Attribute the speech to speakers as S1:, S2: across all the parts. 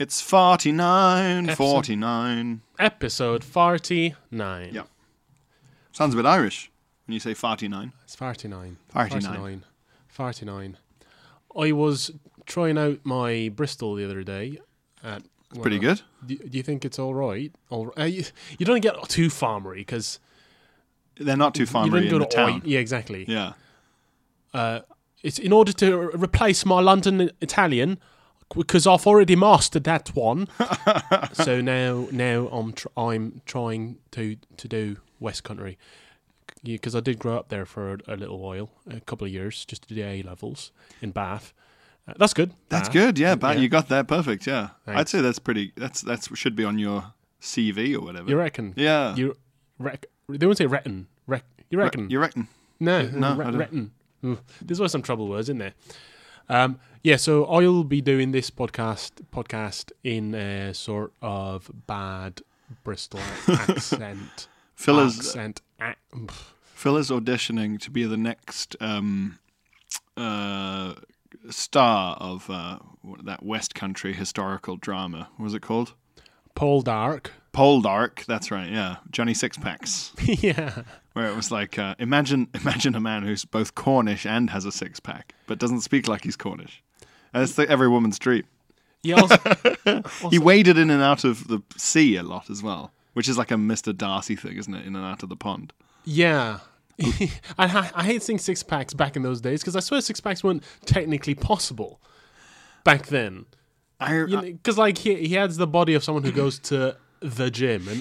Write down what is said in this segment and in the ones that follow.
S1: It's 49,
S2: Epsom.
S1: 49.
S2: Episode 49.
S1: Yeah. Sounds a bit Irish when you say 49.
S2: It's 49.
S1: 49.
S2: 49. 49. I was trying out my Bristol the other day. At, well, uh,
S1: Pretty good.
S2: Do, do you think it's all right? All, uh, you, you don't get too farmery because
S1: They're not too
S2: you
S1: farmery
S2: didn't
S1: in
S2: go
S1: the
S2: to
S1: town.
S2: Oy- Yeah, exactly.
S1: Yeah.
S2: It's in order to re- replace my London Italian because I've already mastered that one. so now, now I'm tr- I'm trying to to do West Country because I did grow up there for a, a little while, a couple of years, just to do A levels in Bath. Uh, that's good.
S1: That's
S2: Bath.
S1: good. Yeah, but you got that perfect. Yeah. I'd
S2: Thanks.
S1: say that's pretty that's that's should be on your CV or whatever.
S2: You reckon?
S1: Yeah.
S2: You rec- They won't say retin. Rec- you reckon?
S1: You reckon?
S2: No,
S1: no,
S2: no, re-
S1: I
S2: retin. Ooh, There's always some trouble words in there. Um, yeah, so I'll be doing this podcast podcast in a sort of bad Bristol accent.
S1: Phil is-
S2: accent. ac- pff,
S1: Phil is auditioning to be the next um, uh, star of uh, that West Country historical drama. What was it called?
S2: Paul Dark.
S1: Poldark. That's right. Yeah, Johnny Sixpacks,
S2: yeah,
S1: where it was like uh, imagine imagine a man who's both Cornish and has a six pack, but doesn't speak like he's Cornish. And it's the, every woman's dream.
S2: yeah. I was-
S1: He waded in and out of the sea a lot as well, which is like a Mister Darcy thing, isn't it? In and out of the pond.
S2: Yeah. I, I I hate seeing six packs back in those days because I swear six packs weren't technically possible back then.
S1: I,
S2: Because like he he has the body of someone who goes to the gym and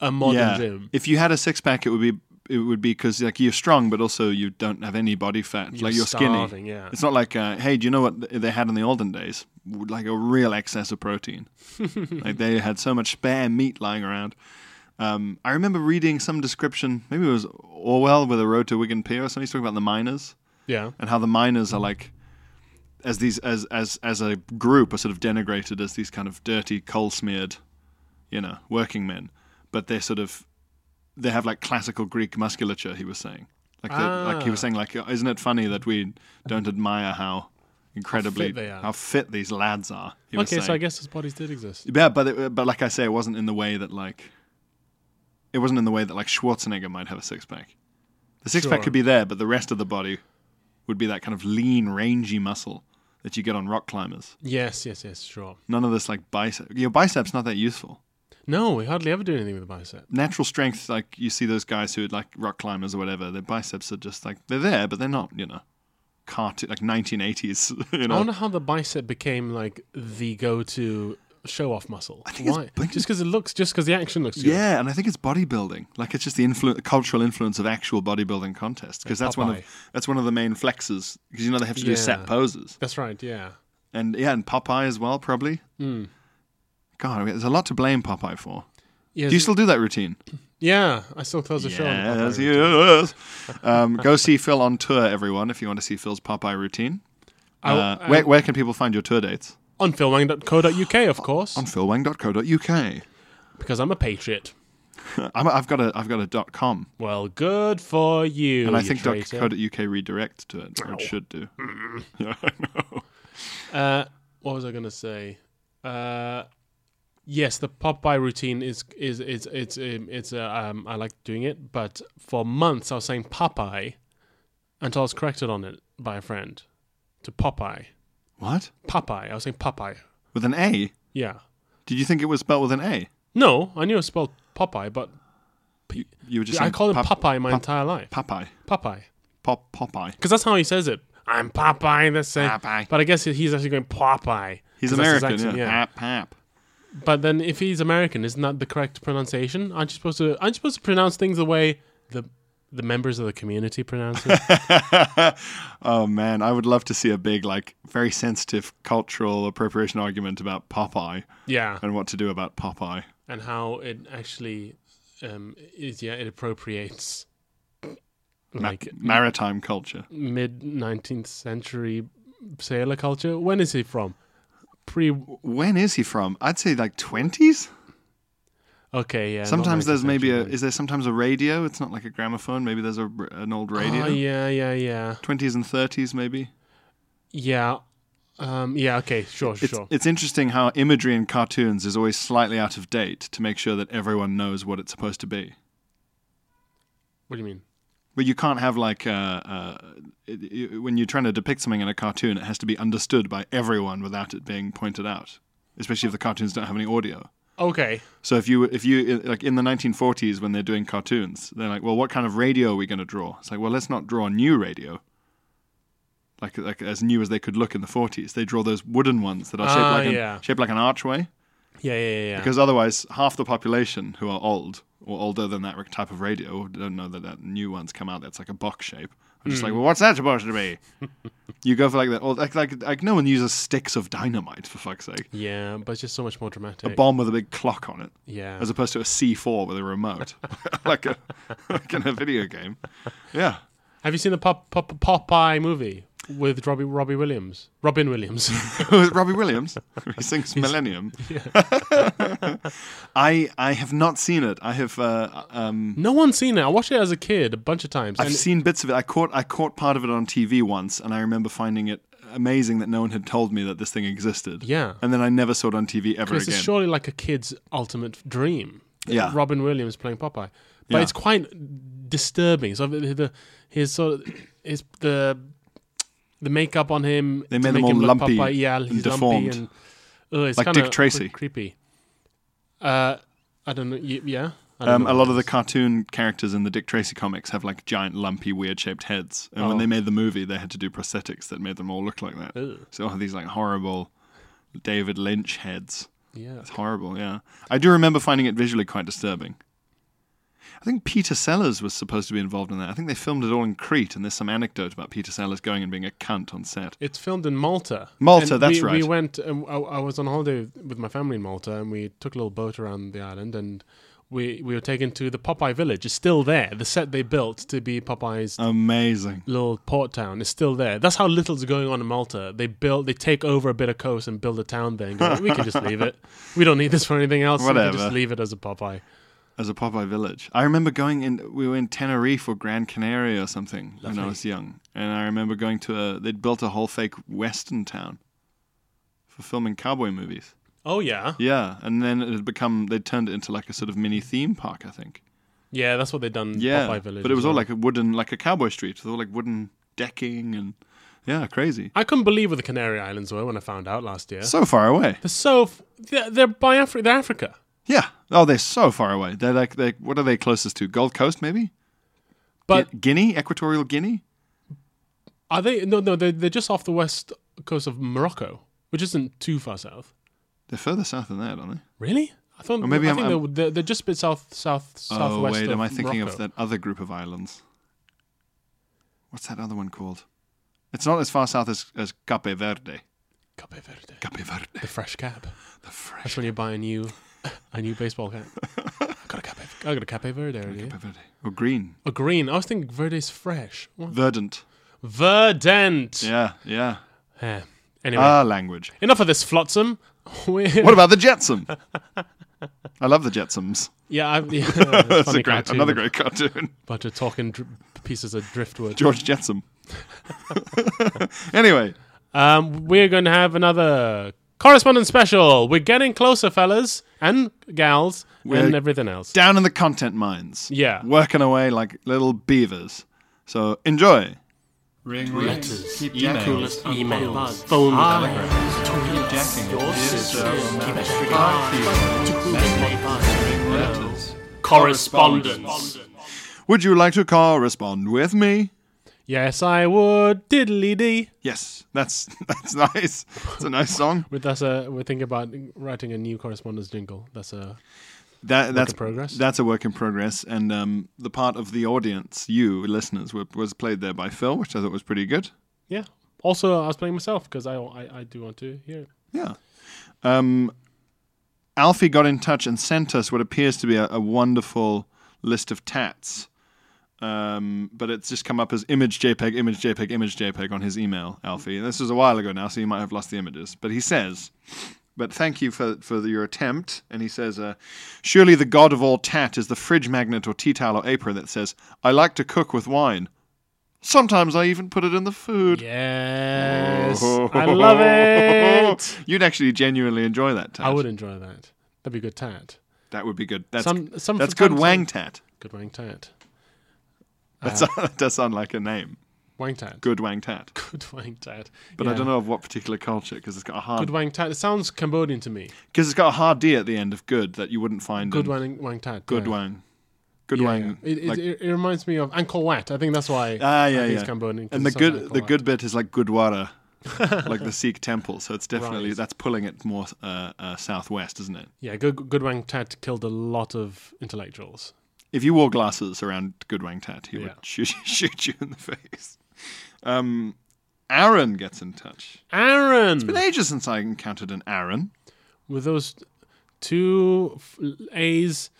S2: a modern gym.
S1: If you had a six pack, it would be it would be because like you're strong, but also you don't have any body fat. like you're
S2: starving,
S1: skinny.
S2: yeah.
S1: It's not like uh, hey, do you know what th- they had in the olden days? Like a real excess of protein. like they had so much spare meat lying around. Um, I remember reading some description. Maybe it was Orwell with a road to Wigan Pier or something. He's talking about the miners
S2: Yeah.
S1: and how the miners are like as these as as as a group are sort of denigrated as these kind of dirty coal smeared you know working men but they're sort of they have like classical greek musculature he was saying like the, like
S2: Ah.
S1: he was saying like isn't it funny that we don't admire how incredibly
S2: they are.
S1: how fit these lads are he was
S2: Okay, so I
S1: saying.
S2: guess his bodies did exist.
S1: yeah but it, but like i say it wasn't in the way that like it wasn't in the way that like schwarzenegger might have a six pack the six pack
S2: Sure.
S1: could be there, but the rest of the body would be that kind of lean, rangy muscle that you get on rock climbers.
S2: Yes, yes, yes, sure.
S1: None of this like bicep. Your biceps not that useful.
S2: No, we hardly ever do anything with the bicep.
S1: Natural strength, like you see those guys who are like rock climbers or whatever, their biceps are just like they're there, but they're not, you know, cartoon like 1980s. You
S2: I
S1: know,
S2: wonder how the bicep became like the go-to show-off muscle.
S1: think it's
S2: Why?
S1: big-
S2: Just because it looks, just because the action looks good.
S1: yeah, and I think it's bodybuilding. Like it's just the influ- the cultural influence of actual bodybuilding contests because that's one of
S2: Popeye.
S1: that's one of the main flexes because you know they have to do
S2: Yeah.
S1: set poses.
S2: That's right. Yeah.
S1: and yeah, and Popeye as well, probably.
S2: Hmm.
S1: God, there's a lot to blame Popeye for.
S2: Yes.
S1: Do you still do that routine?
S2: yeah, I still close the show. on the
S1: Yes,
S2: Popeye routine.
S1: yes. Um, go see Phil on tour, everyone, if you want to see Phil's Popeye routine.
S2: I-
S1: Uh,
S2: I-
S1: where, where can people find your tour dates?
S2: on filmwang.co.uk, of course,
S1: On philwang.co.uk.
S2: because I'm a patriot.
S1: I'm, I've got a I've got a dot .com,
S2: Well, good for you.
S1: and I
S2: you
S1: think dot
S2: traitor.
S1: .co.uk redirects to it, or it should do.
S2: Mm.
S1: Yeah, I know.
S2: Uh, what was I gonna say? Uh, yes, the Popeye routine is is it's it's um, it's uh, um, I like doing it, but for months I was saying Popeye until I was corrected on it by a friend to Popeye.
S1: What?
S2: Popeye. I was saying Popeye.
S1: With an A?
S2: Yeah.
S1: Did you think it was spelled with an A?
S2: No, I knew it spelled Popeye, but
S1: You, you were just
S2: I
S1: saying
S2: called him
S1: Pop-
S2: Popeye my
S1: Pop-
S2: entire life.
S1: Popeye.
S2: Popeye,
S1: Pop Popeye.
S2: because that's how he says it. I'm Popeye. That's it.
S1: Popeye.
S2: But I guess he's actually going Popeye.
S1: He's
S2: 'cause that's his
S1: American,
S2: accent,
S1: yeah. Pap, pap.
S2: But then, if he's American, isn't that the correct pronunciation? Aren't you supposed to? Aren't you supposed to pronounce things the way the the members of the community pronounce it.
S1: Oh man, I would love to see a big, like, very sensitive cultural appropriation argument about Popeye
S2: yeah,
S1: and what to do about Popeye.
S2: and how it actually um, is yeah it appropriates like
S1: Maritime culture.
S2: mid nineteenth century sailor culture. When is he from? Pre
S1: When is he from? I'd say like twenties.
S2: okay yeah. not
S1: Sometimes there's
S2: 19th
S1: maybe a.
S2: century.
S1: Is there sometimes a radio? It's not like a gramophone. Maybe there's a r an old
S2: Oh,
S1: radio.
S2: yeah yeah yeah
S1: Twenties and thirties, maybe.
S2: yeah um, yeah okay sure
S1: It's,
S2: sure
S1: it's interesting how imagery in cartoons is always slightly out of date to make sure that everyone knows what it's supposed to be.
S2: what do you mean?
S1: But you can't have like uh, uh, it, it, when you're trying to depict something in a cartoon, it has to be understood by everyone without it being pointed out, especially if the cartoons don't have any audio.
S2: Okay
S1: So if you if you like in the 1940s when they're doing cartoons, they're like, well, what kind of radio are we going to draw? It's like, well, let's not draw new radio. Like like as new as they could look in the 40s, they draw those wooden ones that are shaped
S2: Ah,
S1: like an,
S2: yeah.
S1: shaped like an archway.
S2: yeah yeah yeah, yeah.
S1: Because otherwise, half the population who are old or older than that type of radio or don't know that that new one's come out. That's like a box shape. I'm
S2: Hmm.
S1: just like, well, what's that supposed to be? you go for like that old, like, like like no one uses sticks of dynamite for fuck's sake.
S2: yeah, but it's just so much more dramatic.
S1: A bomb with a big clock on it,
S2: yeah,
S1: as opposed to a C4 with a remote, like a like in a video game. Yeah,
S2: Have you seen the Pop, Pop, Popeye movie with Robbie Robbie Williams? Robin Williams.
S1: with Robbie Williams. He sings Millennium. I I have not seen it. I have uh, um,
S2: no one's seen it. I watched it as a kid a bunch of times.
S1: I've
S2: and-
S1: seen bits of it. I caught I caught part of it on TV once, and I remember finding it amazing that no one had told me that this thing existed.
S2: Yeah.
S1: and then I never saw it on TV ever
S2: This
S1: again.
S2: is surely like a kid's ultimate dream.
S1: Yeah.
S2: Robin Williams playing Popeye, but
S1: Yeah.
S2: it's quite disturbing. So the, the his sort of his the the makeup on him.
S1: They
S2: to
S1: made him
S2: make
S1: all
S2: him look
S1: lumpy
S2: Popeye. Yeah,
S1: and
S2: he's
S1: deformed.
S2: lumpy and ugh, it's
S1: Like
S2: kinda
S1: Dick Tracy.
S2: creepy. Uh, I don't know. y- Yeah. I don't
S1: Um,
S2: know
S1: a
S2: what
S1: lot of
S2: it
S1: the
S2: is.
S1: cartoon characters in the Dick Tracy comics have like giant, lumpy, weird-shaped heads, and when
S2: Oh.
S1: they made the movie, they had to do prosthetics that made them all look like that.
S2: Ugh.
S1: So all these like horrible David Lynch heads.
S2: yeah.
S1: It's horrible, yeah. I do remember finding it visually quite disturbing. I think Peter Sellers was supposed to be involved in that. I think they filmed it all in Crete, and there's some anecdote about Peter Sellers going and being a cunt on set.
S2: It's filmed in Malta.
S1: Malta,
S2: And
S1: that's
S2: we, We
S1: right.
S2: went. Um, I, I was on holiday with my family in Malta, and we took a little boat around the island, and we we were taken to the Popeye village. It's still there. The set they built to be Popeye's
S1: Amazing.
S2: little port town is still there. That's how little's going on in Malta. They build, they take over a bit of coast and build a town there. And go, we can just leave it. We don't need this for anything else. We can
S1: Whatever.
S2: just leave it as a Popeye.
S1: As a Popeye village. I remember going in, we were in Tenerife or Gran Canaria or something when I was young. And I remember going to a, they'd built a whole fake Western town for filming cowboy movies.
S2: Oh yeah,
S1: Yeah. And then it had become, they'd turned it into like a sort of mini theme park, I think.
S2: yeah. That's what they've done. in
S1: Yeah,
S2: Popeye village.
S1: but it
S2: as
S1: was all
S2: well.
S1: like a wooden, like a cowboy street with all like wooden decking and yeah, crazy.
S2: I couldn't believe where the Canary Islands were when I found out last year.
S1: So far away.
S2: they're so f- they're, they're by Africa. They're Africa.
S1: Yeah. Oh, they're so far away. They're like, they what are they closest to? Gold Coast, maybe.
S2: But
S1: Gu- Guinea, Equatorial Guinea.
S2: Are they? No, no, they're, they're just off the west coast of Morocco, which isn't too far south.
S1: They're further south than that, aren't they?
S2: Really? I thought.
S1: Or maybe
S2: I
S1: I'm-
S2: think
S1: I'm-
S2: they're, they're, they're just a bit south, south,
S1: oh
S2: southwest.
S1: wait,
S2: of
S1: am I thinking
S2: Morocco.
S1: of that other group of islands? What's that other one called? It's not as far south as as Cape Verde.
S2: Cape Verde.
S1: Cape Verde,
S2: The fresh cap.
S1: the fresh
S2: That's when you buy a new, a new baseball cap. I got a Cape. I got a Cape Verde. already.
S1: Cape Verde or green,
S2: A green. I was thinking Verde's fresh. What?
S1: verdant.
S2: Verdant.
S1: Yeah, yeah.
S2: Eh. Anyway,
S1: Ah, language.
S2: enough of this flotsam. We're-
S1: What about the Jetsam? I love the Jetsams.
S2: yeah, I, yeah
S1: That's a great, another great cartoon.
S2: But to talking dr- pieces of driftwood.
S1: George Jetsam. anyway,
S2: Um, we're going to have another correspondence special. We're getting closer, fellas and gals,
S1: We're
S2: and everything else.
S1: down in the content mines.
S2: Yeah.
S1: Working away like little beavers. So enjoy.
S3: Ring letters, keep emails,
S4: emails,
S3: bugs,
S4: phone
S3: telegrams, talking jacking, your sister, keep ring letters.
S4: correspondence.
S1: Would you like to correspond with me?
S2: Yes, I would. Diddly dee.
S1: Yes, that's that's nice. It's a nice song.
S2: uh, With that's uh, a we're thinking about writing a new correspondence jingle. That's a
S1: that that's
S2: in progress.
S1: That's a work in progress, and um, the part of the audience, you listeners, were, was played there by Phil, which I thought was pretty good.
S2: Yeah. Also, I was playing myself because I, I I do want to hear it.
S1: Yeah. Um, Alfie got in touch and sent us what appears to be a, a wonderful list of tats. Um, but it's just come up as image JPEG, image JPEG, image JPEG on his email, Alfie. And this was a while ago now, so you might have lost the images. But he says, but thank you for, for your attempt. And he says, uh, surely the god of all tat is the fridge magnet or tea towel or apron that says, I like to cook with wine. Sometimes I even put it in the food.
S2: Yes, I love it.
S1: You'd actually genuinely enjoy that tat.
S2: I would enjoy that. That'd be a good tat.
S1: That would be good. That's
S2: Some- some
S1: that's
S2: for
S1: good.
S2: Valentine's-
S1: Wang tat.
S2: Good wang tat. Uh-huh.
S1: That's, that does sound like a name.
S2: Wang tat.
S1: Good wang tat.
S2: Good wang tat.
S1: But I
S2: Yeah.
S1: don't know um, of what particular culture because it's got a
S2: Good
S1: hard
S2: wang tat. It sounds Cambodian to me.
S1: because it's got a hard d at the end of good that you wouldn't find.
S2: Good
S1: in
S2: wang wang tat.
S1: Good
S2: yeah.
S1: wang. Good
S2: Yeah,
S1: wang.
S2: yeah. It, it,
S1: like-
S2: it, it reminds me of Angkor Wat. I think that's why.
S1: ah,
S2: I
S1: yeah,
S2: think
S1: yeah.
S2: It's Cambodian. 'cause
S1: and the
S2: it sounds
S1: good
S2: like
S1: the
S2: Angkor
S1: good
S2: Wat.
S1: bit is like Gurdwara, like the Sikh temple. So it's definitely
S2: Right.
S1: that's pulling it more uh, uh, southwest, isn't it?
S2: Yeah, good good wang tat killed a lot of intellectuals.
S1: If you wore glasses around Good Wang Tat, he
S2: Yeah.
S1: would shoot, shoot you in the face. Um, Aaron gets in touch.
S2: Aaron.
S1: Been ages since I encountered an Aaron.
S2: with those two f- A's.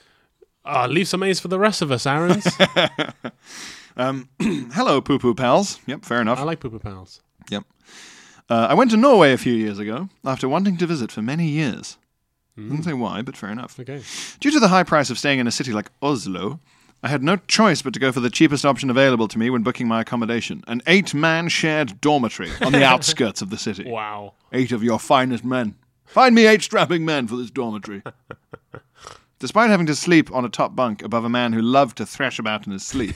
S2: Uh, leave some A's for the rest of us, Aaron's.
S1: Hello, poo poo pals. Yep, fair enough.
S2: I like Poo Poo Pals.
S1: Yep. Uh, I went to Norway a few years ago after wanting to visit for many years. Didn't say why, but fair enough.
S2: Okay.
S1: Due to the high price of staying in a city like Oslo, I had no choice but to go for the cheapest option available to me when booking my accommodation an eight man shared dormitory on the outskirts of the city.
S2: Wow.
S1: Eight of your finest men. Find me eight strapping men for this dormitory. Despite having to sleep on a top bunk above a man who loved to thrash about in his sleep,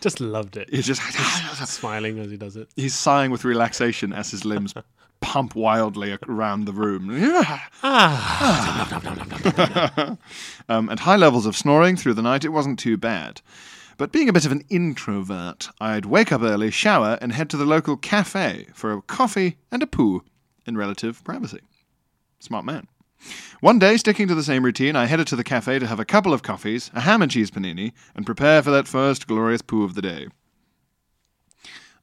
S2: Just loved it.
S1: he just
S2: Smiling as he does it.
S1: he's sighing with relaxation as his limbs pump wildly around the room. um, at high levels of snoring through the night, it wasn't too bad. But being a bit of an introvert, I'd wake up early, shower, and head to the local cafe for a coffee and a poo in relative privacy. Smart man. One day, sticking to the same routine, I headed to the cafe to have a couple of coffees, a ham and cheese panini, and prepare for that first glorious poo of the day.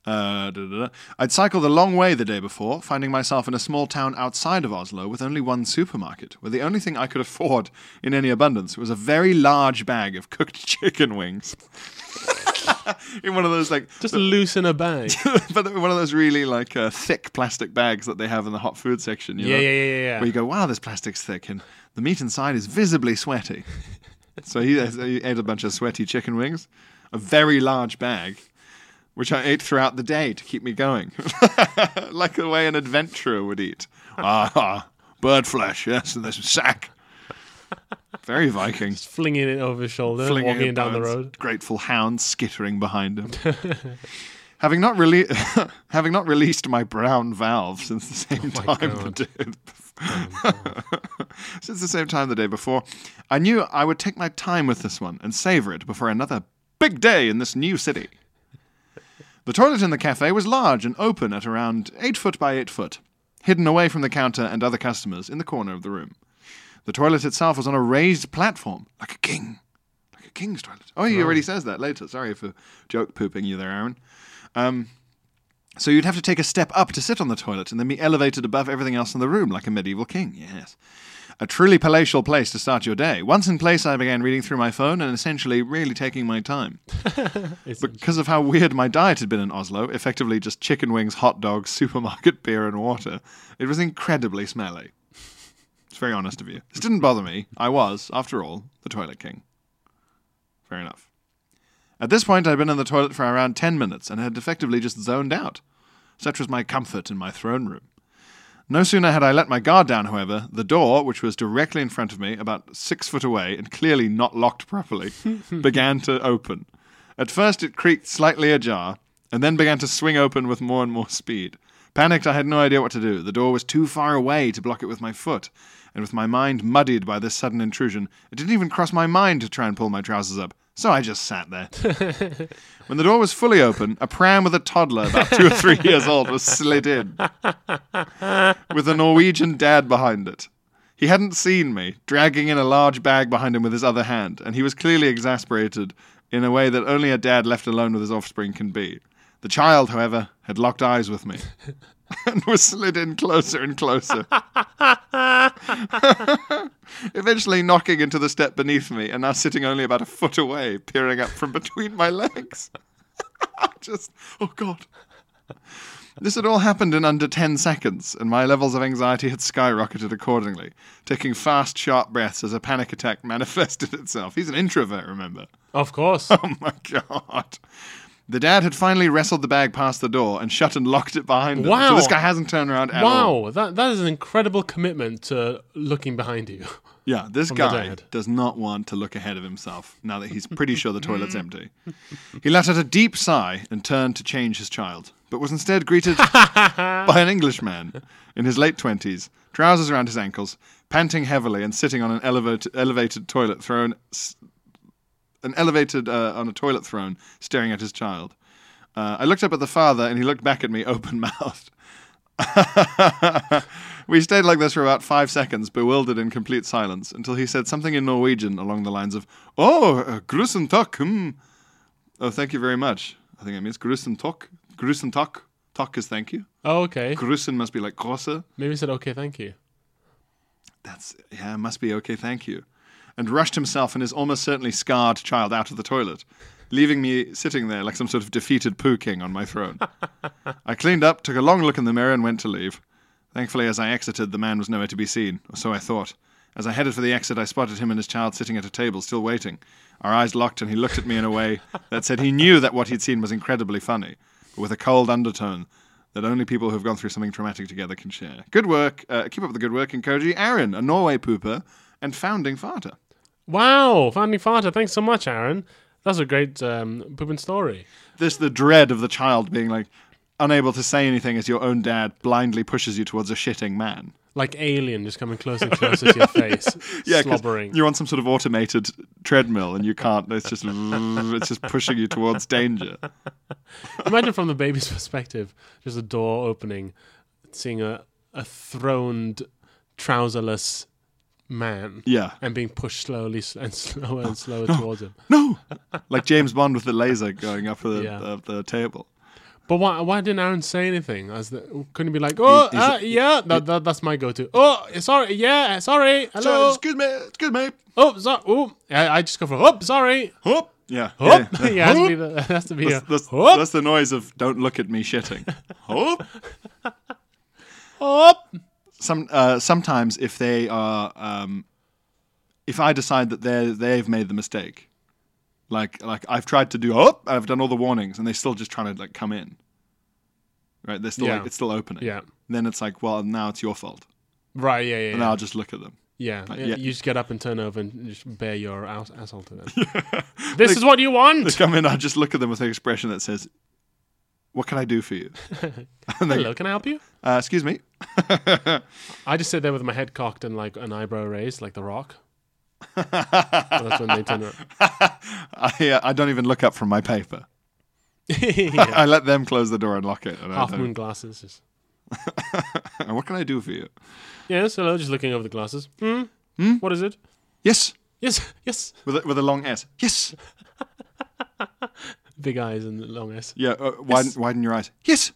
S1: Uh, da, da, da. I'd cycled a long way the day before, finding myself in a small town outside of Oslo with only one supermarket, where the only thing I could afford in any abundance was a very large bag of cooked chicken wings. in one of those like
S2: Just loose in a bag.
S1: but one of those really like uh, thick plastic bags that they have in the hot food section. You
S2: Yeah,
S1: know?
S2: yeah, yeah, yeah, yeah.
S1: Where you go, wow, this plastic's thick, and the meat inside is visibly sweaty. so he, uh, he ate a bunch of sweaty chicken wings, a very large bag, which I ate throughout the day to keep me going, like the way an adventurer would eat. Ah, ah, bird flesh, yes, and there's a sack. Very Viking.
S2: Flinging it over his shoulder,
S1: Flinging
S2: walking
S1: it
S2: down the
S1: bones,
S2: road.
S1: Grateful hounds skittering behind him. having not rele- having not released my brown valve since the same
S2: Oh
S1: time the day since the same time the day before, I knew I would take my time with this one and savor it before another big day in this new city. The toilet in the cafe was large and open at around eight foot by eight foot, hidden away from the counter and other customers in the corner of the room. The toilet itself was on a raised platform, like a king like a king's toilet. Oh, he already says that later. Sorry for joke pooping you there, Aaron. Um, so you'd have to take a step up to sit on the toilet and then be elevated above everything else in the room like a medieval king. Yes. A truly palatial place to start your day. Once in place, I began reading through my phone and essentially really taking my time. because of how weird my diet had been in Oslo, effectively just chicken wings, hot dogs, supermarket beer, and water, it was incredibly smelly. It's very honest of you. This didn't bother me. I was, after all, the toilet king. Fair enough. At this point, I'd been in the toilet for around 10 minutes and had effectively just zoned out. Such was my comfort in my throne room. No sooner had I let my guard down, however, the door, which was directly in front of me, about six foot away and clearly not locked properly, began to open. At first, it creaked slightly ajar and then began to swing open with more and more speed. Panicked, I had no idea what to do. The door was too far away to block it with my foot, and with my mind muddied by this sudden intrusion, it didn't even cross my mind to try and pull my trousers up, so I just sat there. when the door was fully open, a pram with a toddler about two or three years old was slid in, with a Norwegian dad behind it. He hadn't seen me, dragging in a large bag behind him with his other hand, and he was clearly exasperated in a way that only a dad left alone with his offspring can be. The child, however, had locked eyes with me and was slid in closer and closer, eventually knocking into the step beneath me and now sitting only about a foot away, peering up from between my legs. Just, oh God. This had all happened in under 10 seconds, and my levels of anxiety had skyrocketed accordingly, taking fast, sharp breaths as a panic attack manifested itself. He's an introvert, remember?
S2: Of course.
S1: Oh my God. The dad had finally wrestled the bag past the door and shut and locked it behind him. So
S2: Wow.
S1: this guy hasn't turned around at all.
S2: wow, that that is an incredible commitment to looking behind you.
S1: Yeah, this
S2: the
S1: guy
S2: dad.
S1: does not want to look ahead of himself now that he's pretty sure the toilet's empty. He let out a deep sigh and turned to change his child, but was instead greeted by an Englishman in his late 20s, trousers around his ankles, panting heavily and sitting on an elevated, elevated toilet throne, s- an elevated uh, on a toilet throne, staring at his child. Uh, I looked up at the father, and he looked back at me, open mouthed. we stayed like this for about five seconds, bewildered in complete silence, until he said something in Norwegian along the lines of "Oh, uh, grusen tak, hmm." Oh, thank you very much. I think it means grusen tak. Grusen tak. Tak is thank you.
S2: Oh, okay.
S1: Grusen must be like grosse.
S2: Maybe he said, okay, thank you.
S1: That's yeah, it must be okay, thank you. And rushed himself and his almost certainly scarred child out of the toilet, leaving me sitting there like some sort of defeated poo king on my throne. I cleaned up, took a long look in the mirror, and went to leave. Thankfully, as I exited, the man was nowhere to be seen, or so I thought. As I headed for the exit, I spotted him and his child sitting at a table, still waiting. Our eyes locked, and he looked at me in a way that said he knew that what he'd seen was incredibly funny, but with a cold undertone that only people who have gone through something traumatic together can share. Good work. Uh, keep up the good work, and Koji. Aaron, a Norway pooper and founding father.
S2: Wow, founding father. Thanks so much, Aaron. That's a great um, pooping story.
S1: This the dread of the child being like unable to say anything as your own dad blindly pushes you towards a shitting man.
S2: Like alien, just coming closer and closer to your face,
S1: yeah, 'cause
S2: slobbering.
S1: You're on some sort of automated treadmill and you can't. It's just it's just pushing you towards danger.
S2: Imagine from the baby's perspective, just a door opening, seeing a, a throned, trouserless man.
S1: Yeah.
S2: And being pushed slowly s- and slower and slower towards him.
S1: No, like James Bond with the laser going up the
S2: Yeah.
S1: up the table.
S2: But why, why didn't Aaron say anything? As the, couldn't he be like, oh,
S1: He- he's-
S2: uh, yeah, that, that, that's my go-to. Oh, sorry, yeah, sorry,
S1: So,
S2: hello.
S1: excuse me, excuse me.
S2: oh, sorry, oh, I, I just go for, oh, sorry,
S1: Whoop. Yeah.
S2: Hop.
S1: yeah.
S2: Yeah, it has to be the, it has to be a
S1: That's, that's,
S2: hop,
S1: that's the noise of "Don't look at me" shitting. Whoop.
S2: hop.
S1: some uh, sometimes if they are um, if I decide that they they've made the mistake, like like I've tried to do oh I've done all the warnings and they're still just trying to like come in, right? They're still
S2: Yeah.
S1: like, it's still opening.
S2: Yeah.
S1: Then it's like well now it's your fault
S2: Right, yeah, yeah,
S1: and
S2: yeah.
S1: I'll just look at them.
S2: yeah.
S1: yeah.
S2: You just get up and turn over and just bare your ass- asshole to them. this is what you
S1: They
S2: want.
S1: come in. I just look at them with an expression that says, "What can I do for you?" and they,
S2: Hello, can I help you?
S1: uh, excuse me.
S2: I just sit there with my head cocked and like an eyebrow raised, like The Rock. And that's when they turn around.
S1: I uh, I don't even look up from my paper.
S2: Yeah.
S1: I let them close the door and lock it. And I
S2: Half
S1: don't,
S2: moon glasses. Just.
S1: what can I do for you?
S2: Yes, hello. Just looking over the glasses. Hmm. What is it?
S1: Yes,
S2: Yes, yes.
S1: with a, with a long S. Yes.
S2: Big eyes and long S.
S1: Yeah. Uh, widen, widen your eyes. Yes.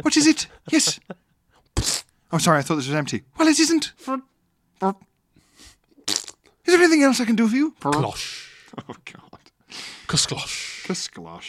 S1: what is it? Yes. oh, sorry. I thought this was empty. Well, it isn't. is there anything else I can do for you?
S2: Closh.
S1: Oh God.
S2: Closh.
S1: Kasklosh.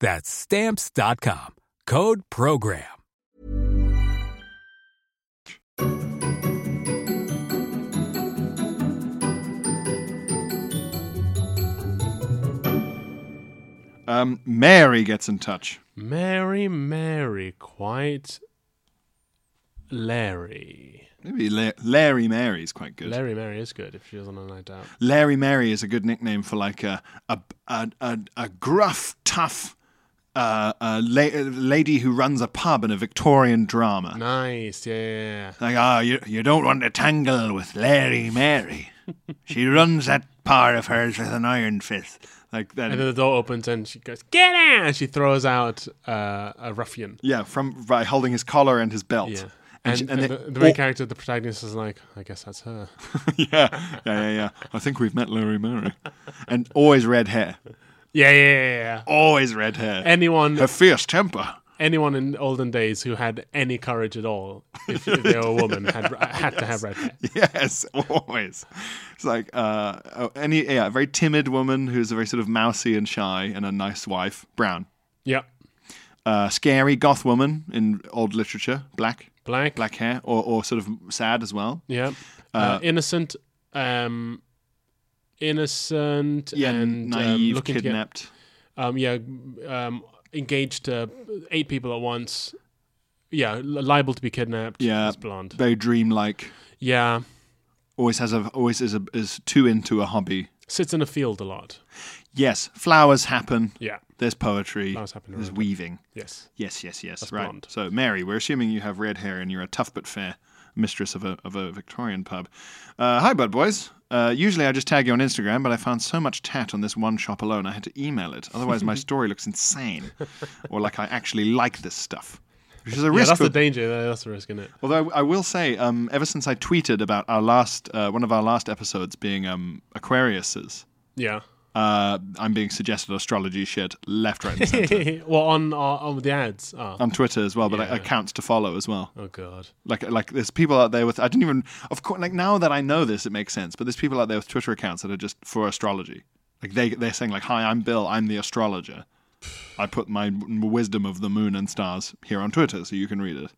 S5: That's stamps.com. Code program.
S1: Um, Mary gets in touch.
S2: Mary, Mary, quite Larry.
S1: Maybe La- Larry Mary is quite good.
S2: Larry, Mary is good if she doesn't know, no doubt.
S1: Larry Mary is a good nickname for like a a a, a, a gruff, tough uh, a la- lady who runs a pub in a Victorian drama.
S2: Nice, yeah, yeah,
S1: Like, ah, you you don't want to tangle with Larry Mary. she runs that par of hers with an iron fist. Like that.
S2: And then the door opens and she goes, "Get out!" And she throws out uh, a ruffian.
S1: yeah, from by holding his collar and his belt.
S2: Yeah.
S1: And,
S2: And,
S1: she-
S2: and
S1: they-
S2: the, the main
S1: oh,
S2: character, the protagonist, is like, "I guess that's her."
S1: yeah, yeah, yeah, yeah. I think we've met Larry Mary. And always red hair.
S2: yeah, yeah, yeah, yeah.
S1: Always red hair.
S2: Anyone,
S1: her fierce temper.
S2: anyone in olden days who had any courage at all, if, if they were a woman, had had to have red hair.
S1: Yes, always. It's like uh, oh, any yeah, a very timid woman who's a very sort of mousy and shy and a nice wife, brown.
S2: Yep.
S1: Uh, scary goth woman in old literature, black,
S2: Black.
S1: black hair, or, or sort of sad as well.
S2: Yep. Uh, innocent. Um, innocent.
S1: Yeah,
S2: and um,
S1: naive,
S2: looking to get-
S1: kidnapped.
S2: um, yeah, um, engaged to eight people at once. Yeah, li- liable to be kidnapped.
S1: yeah,
S2: It's blonde.
S1: very dreamlike.
S2: yeah,
S1: Always has a always is a, is too into a hobby.
S2: sits in a field a lot.
S1: Yes, flowers happen.
S2: Yeah.
S1: There's poetry.
S2: Flowers happen
S1: There's
S2: around it.
S1: weaving.
S2: Yes.
S1: Yes, yes, yes.
S2: That's
S1: right.
S2: blonde.
S1: So, Mary, we're assuming you have red hair and you're a tough but fair mistress of a, of a Victorian pub. Uh, hi, Bud Boys. Uh, usually I just tag you on Instagram, but I found so much tat on this one shop alone I had to email it. Otherwise, my story looks insane or like I actually like this stuff, which is a
S2: Yeah,
S1: risk.
S2: that's
S1: for-
S2: the danger. uh, That's the risk, isn't it?
S1: Although I I will say, um, ever since I tweeted about our last, uh, one of our last episodes being um, Aquariuses,
S2: Yeah.
S1: uh, I'm being suggested astrology shit left, right, and center.
S2: well, on our, on the ads. Oh.
S1: on Twitter as well, but
S2: Yeah.
S1: accounts to follow as well.
S2: oh God.
S1: Like like there's people out there with I didn't even of course like now that I know this it makes sense, but there's people out there with Twitter accounts that are just for astrology. Like they they're saying like hi I'm Bill I'm the astrologer. I put my w- wisdom of the moon and stars here on Twitter so you can read it.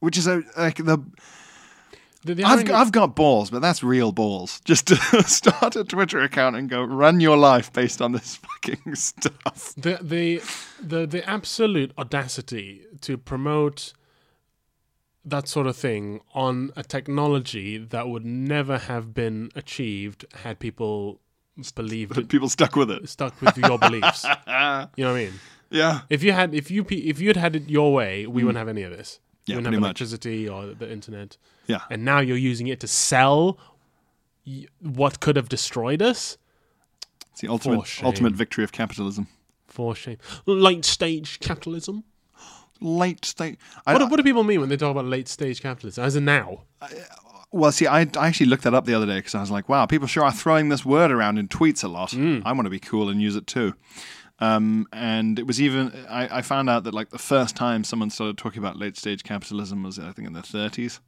S1: Which is a, like the
S2: The, the
S1: I've
S2: irony-
S1: I've got balls, but that's real balls. Just to start a Twitter account and go run your life based on this fucking stuff.
S2: the the the the absolute audacity to promote that sort of thing on a technology that would never have been achieved had people believed
S1: But
S2: it,
S1: people stuck with it.
S2: stuck with your beliefs. You know what I mean?
S1: Yeah.
S2: If you had, if you, pe- if you'd had it your way, we wouldn't have any of this.
S1: Hmm. Yeah,
S2: we wouldn't
S1: pretty
S2: have
S1: much.
S2: electricity or the internet.
S1: Yeah.
S2: And now you're using it to sell y- what could have destroyed us.
S1: It's the ultimate
S2: shame.
S1: ultimate victory of capitalism.
S2: For shame, late stage capitalism.
S1: Late state. I,
S2: What, do- what do people mean when they talk about late stage capitalism? As in now,
S1: Well, see, I, I actually looked that up the other
S2: Mm.
S1: day because I was like, wow, people sure are throwing this word around in tweets a lot. I want to be cool and use it too. Um, and it was even I, I found out that like the first time someone started talking about late stage capitalism was I think in the 30s.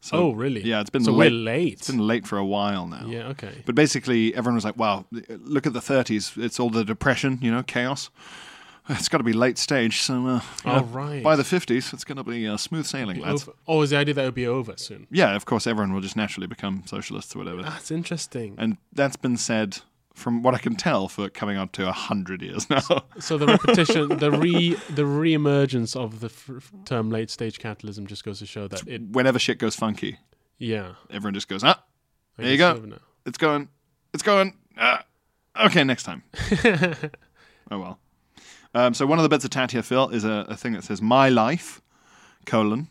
S1: So,
S2: oh, really?
S1: Yeah, it's been
S2: so
S1: late.
S2: we're late.
S1: It's been late for a while now.
S2: yeah, okay.
S1: But basically, everyone was like, "Wow, look at the 30s. It's all the depression, you know, chaos. It's got to be late stage. So, uh, you
S2: Oh,
S1: know,
S2: right.
S1: by the 50s, it's going to be uh, smooth sailing, lads."
S2: Over, oh, is the idea that it'll be over soon?
S1: Yeah, of course, everyone will just naturally become socialists or whatever.
S2: That's interesting.
S1: And that's been said, from what I can tell, for coming on to a hundred years now.
S2: so the repetition, the re the reemergence of the f- f- term late stage capitalism just goes to show that it.
S1: Whenever shit goes funky,
S2: Yeah.
S1: everyone just goes, "Ah,
S2: I
S1: there you
S2: guess so
S1: go.
S2: now.
S1: It's going. It's going. Ah, okay, next time." oh well. Um, so one of the bits of tat here, Phil, is a, a thing that says "My Life," colon,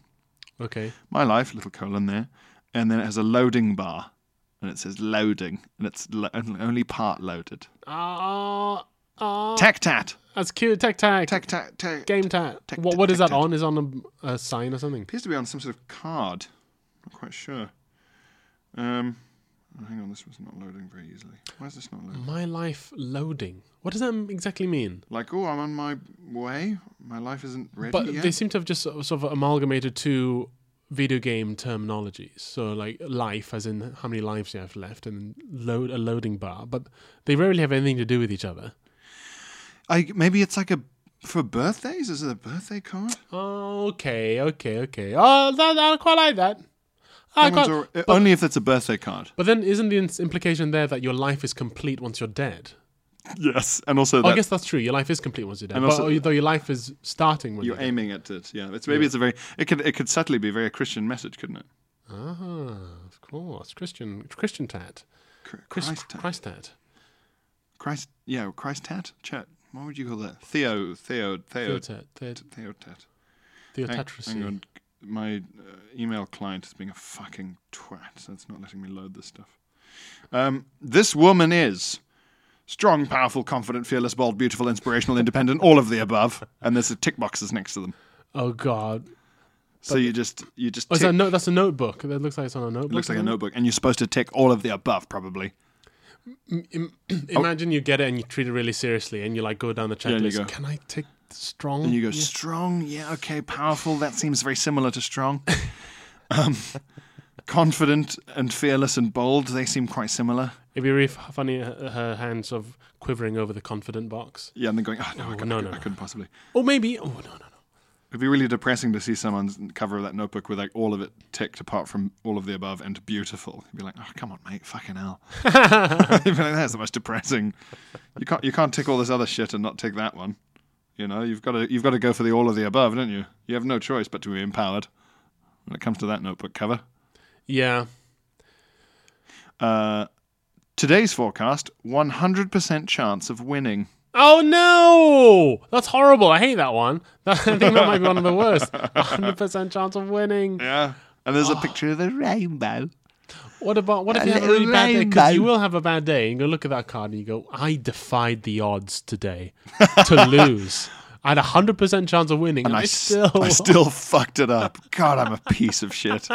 S2: Okay.
S1: my life, little colon there, and then it has a loading bar, and it says loading, and it's lo- only part loaded.
S2: Ah, ah,
S1: Tech tat,
S2: that's cute. Tech tag.
S1: tech tat, tech.
S2: Game tag.
S1: Tech-
S2: What what is
S1: tech-
S2: that on? Is it on a, a sign or something?
S1: appears to be on some sort of card. Not quite sure. Um, oh, hang on, this one's not loading very easily. Why is this not loading?
S2: My life loading. What does that exactly mean?
S1: Like, oh, I'm on my way. My life isn't ready
S2: But
S1: yet.
S2: they seem to have just sort of, sort of amalgamated two video game terminologies. So like life, as in how many lives you have left, and load a loading bar. But they rarely have anything to do with each other.
S1: I, maybe it's like a for birthdays. Is it a birthday card?
S2: Oh, okay, okay, okay. Oh, that, I quite like that. I
S1: That one's
S2: quite,
S1: alre- only if it's a birthday card.
S2: but then isn't the ins- implication there that your life is complete once you're dead?
S1: Yes, and also
S2: Oh, I
S1: that
S2: guess that's true. Your life is complete once you're dead.
S1: And
S2: But
S1: also-
S2: although your life is starting when
S1: you're
S2: you're, dead.
S1: aiming at it. Yeah, it's maybe it's a very it could it could subtly be a very Christian message, couldn't it?
S2: Ah, of course. Christian Christian tat.
S1: Cr-
S2: Chris,
S1: Christ, tat.
S2: Christ tat.
S1: Christ, yeah, Christ tat. Chat. What would you call that? Theo, Theo, Theo,
S2: Theo tat. Theo-
S1: Theo tat. Hang- hang
S2: Theotatracy.
S1: on. My uh, email client is being a fucking twat, so it's not letting me load this stuff. Um, this woman is strong, powerful, confident, fearless, bold, beautiful, inspirational, independent, all of the above. And there's a tick boxes next to them.
S2: Oh God.
S1: So you just you just
S2: Oh, is
S1: tick-
S2: that a no- that's a notebook. That looks like it's on a notebook.
S1: it looks like a
S2: isn't
S1: notebook, and you're supposed to tick all of the above, probably.
S2: it? Imagine you get it and you treat it really seriously, and you like go down the
S1: and Oh. you
S2: checklist.
S1: go-
S2: Can I take strong?
S1: And you go strong, yeah, okay, powerful. That seems very similar to strong. um, confident and fearless and bold. They seem quite similar.
S2: It'd be really f- funny. Her, her hands sort of quivering over the confident box.
S1: Yeah, and then going, oh, no, I, couldn't,
S2: no,
S1: I,
S2: no,
S1: could,
S2: no.
S1: I couldn't possibly.
S2: Or maybe. Oh no no no.
S1: It'd be really depressing to see someone's cover of that notebook with like all of it ticked apart from all of the above and beautiful. You'd be like, oh, come on, mate, fucking hell. You'd be like, that's the most depressing. You can't you can't tick all this other shit and not tick that one. You know, you've got to you've got to go for the all of the above, don't you? You have no choice but to be empowered when it comes to that notebook cover.
S2: Yeah.
S1: Uh, today's forecast: one hundred percent chance of winning.
S2: Oh no! That's horrible. I hate that one. I think that might be one of the worst. 100% chance of winning.
S1: Yeah, and there's a picture of the rainbow.
S2: What about what if you have a
S1: little
S2: really bad day? Because you
S1: rainbow.
S2: will have a bad day, and you go look at that card and you go, "I defied the odds today to lose. I had a hundred percent chance of winning, and,
S1: And
S2: I,
S1: I, s-
S2: still,
S1: I still fucked it up. God, I'm a piece of shit.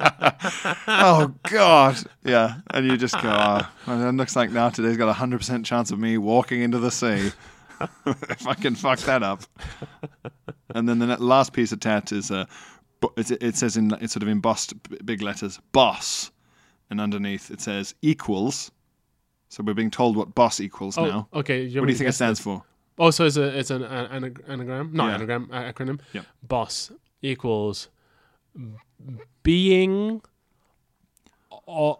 S1: oh God, yeah. And you just go, oh, well, it looks like now today's got a hundred percent chance of me walking into the sea if I can fuck that up. And then the ne- last piece of tat is, uh, bo- it, it says in it's sort of embossed b- big letters, boss, and underneath it says equals. So we're being told what boss equals
S2: Oh,
S1: now.
S2: okay. you
S1: What do you
S2: want me to
S1: think it
S2: guess
S1: stands
S2: this?
S1: for?
S2: Oh, so it's a it's an, an anag- anagram, not
S1: Yeah.
S2: anagram, a- acronym.
S1: Yep.
S2: Boss equals being or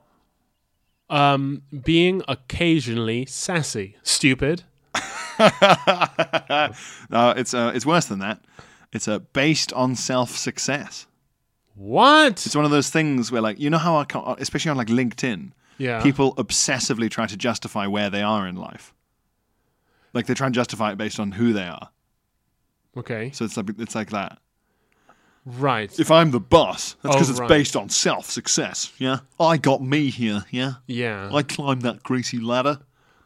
S2: um being occasionally sassy, stupid.
S1: No, it's uh, it's worse than that. It's uh, based on self success.
S2: What?
S1: It's one of those things where, like, you know how, I can especially on like LinkedIn,
S2: Yeah.
S1: people obsessively try to justify where they are in life. Like they try and justify it based on who they are.
S2: Okay.
S1: So it's like it's like that.
S2: Right.
S1: If I'm the boss, that's
S2: Oh,
S1: because it's
S2: right.
S1: based on self success. Yeah, I got me here. Yeah,
S2: Yeah.
S1: I climbed that greasy ladder.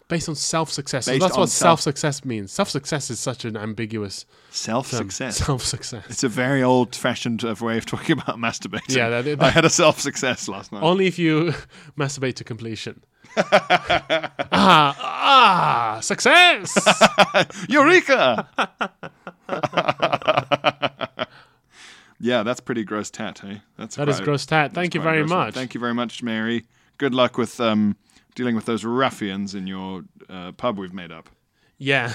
S2: based on self success.
S1: Based
S2: that's
S1: on
S2: what
S1: self-
S2: self success means. Self success is such an ambiguous
S1: Self success.
S2: Self success.
S1: It's a very old fashioned way of talking about masturbating.
S2: Yeah, that- that-
S1: I had a self success last night.
S2: Only if you masturbate to completion. ah, ah, success!
S1: Eureka! yeah, that's pretty gross tat, hey? That's
S2: That is
S1: quite-
S2: gross tat.
S1: that's
S2: Thank you
S1: quite
S2: very
S1: gross one.
S2: much.
S1: Thank you very much, Mary. Good luck with um, dealing with those ruffians in your uh, pub we've made up.
S2: yeah,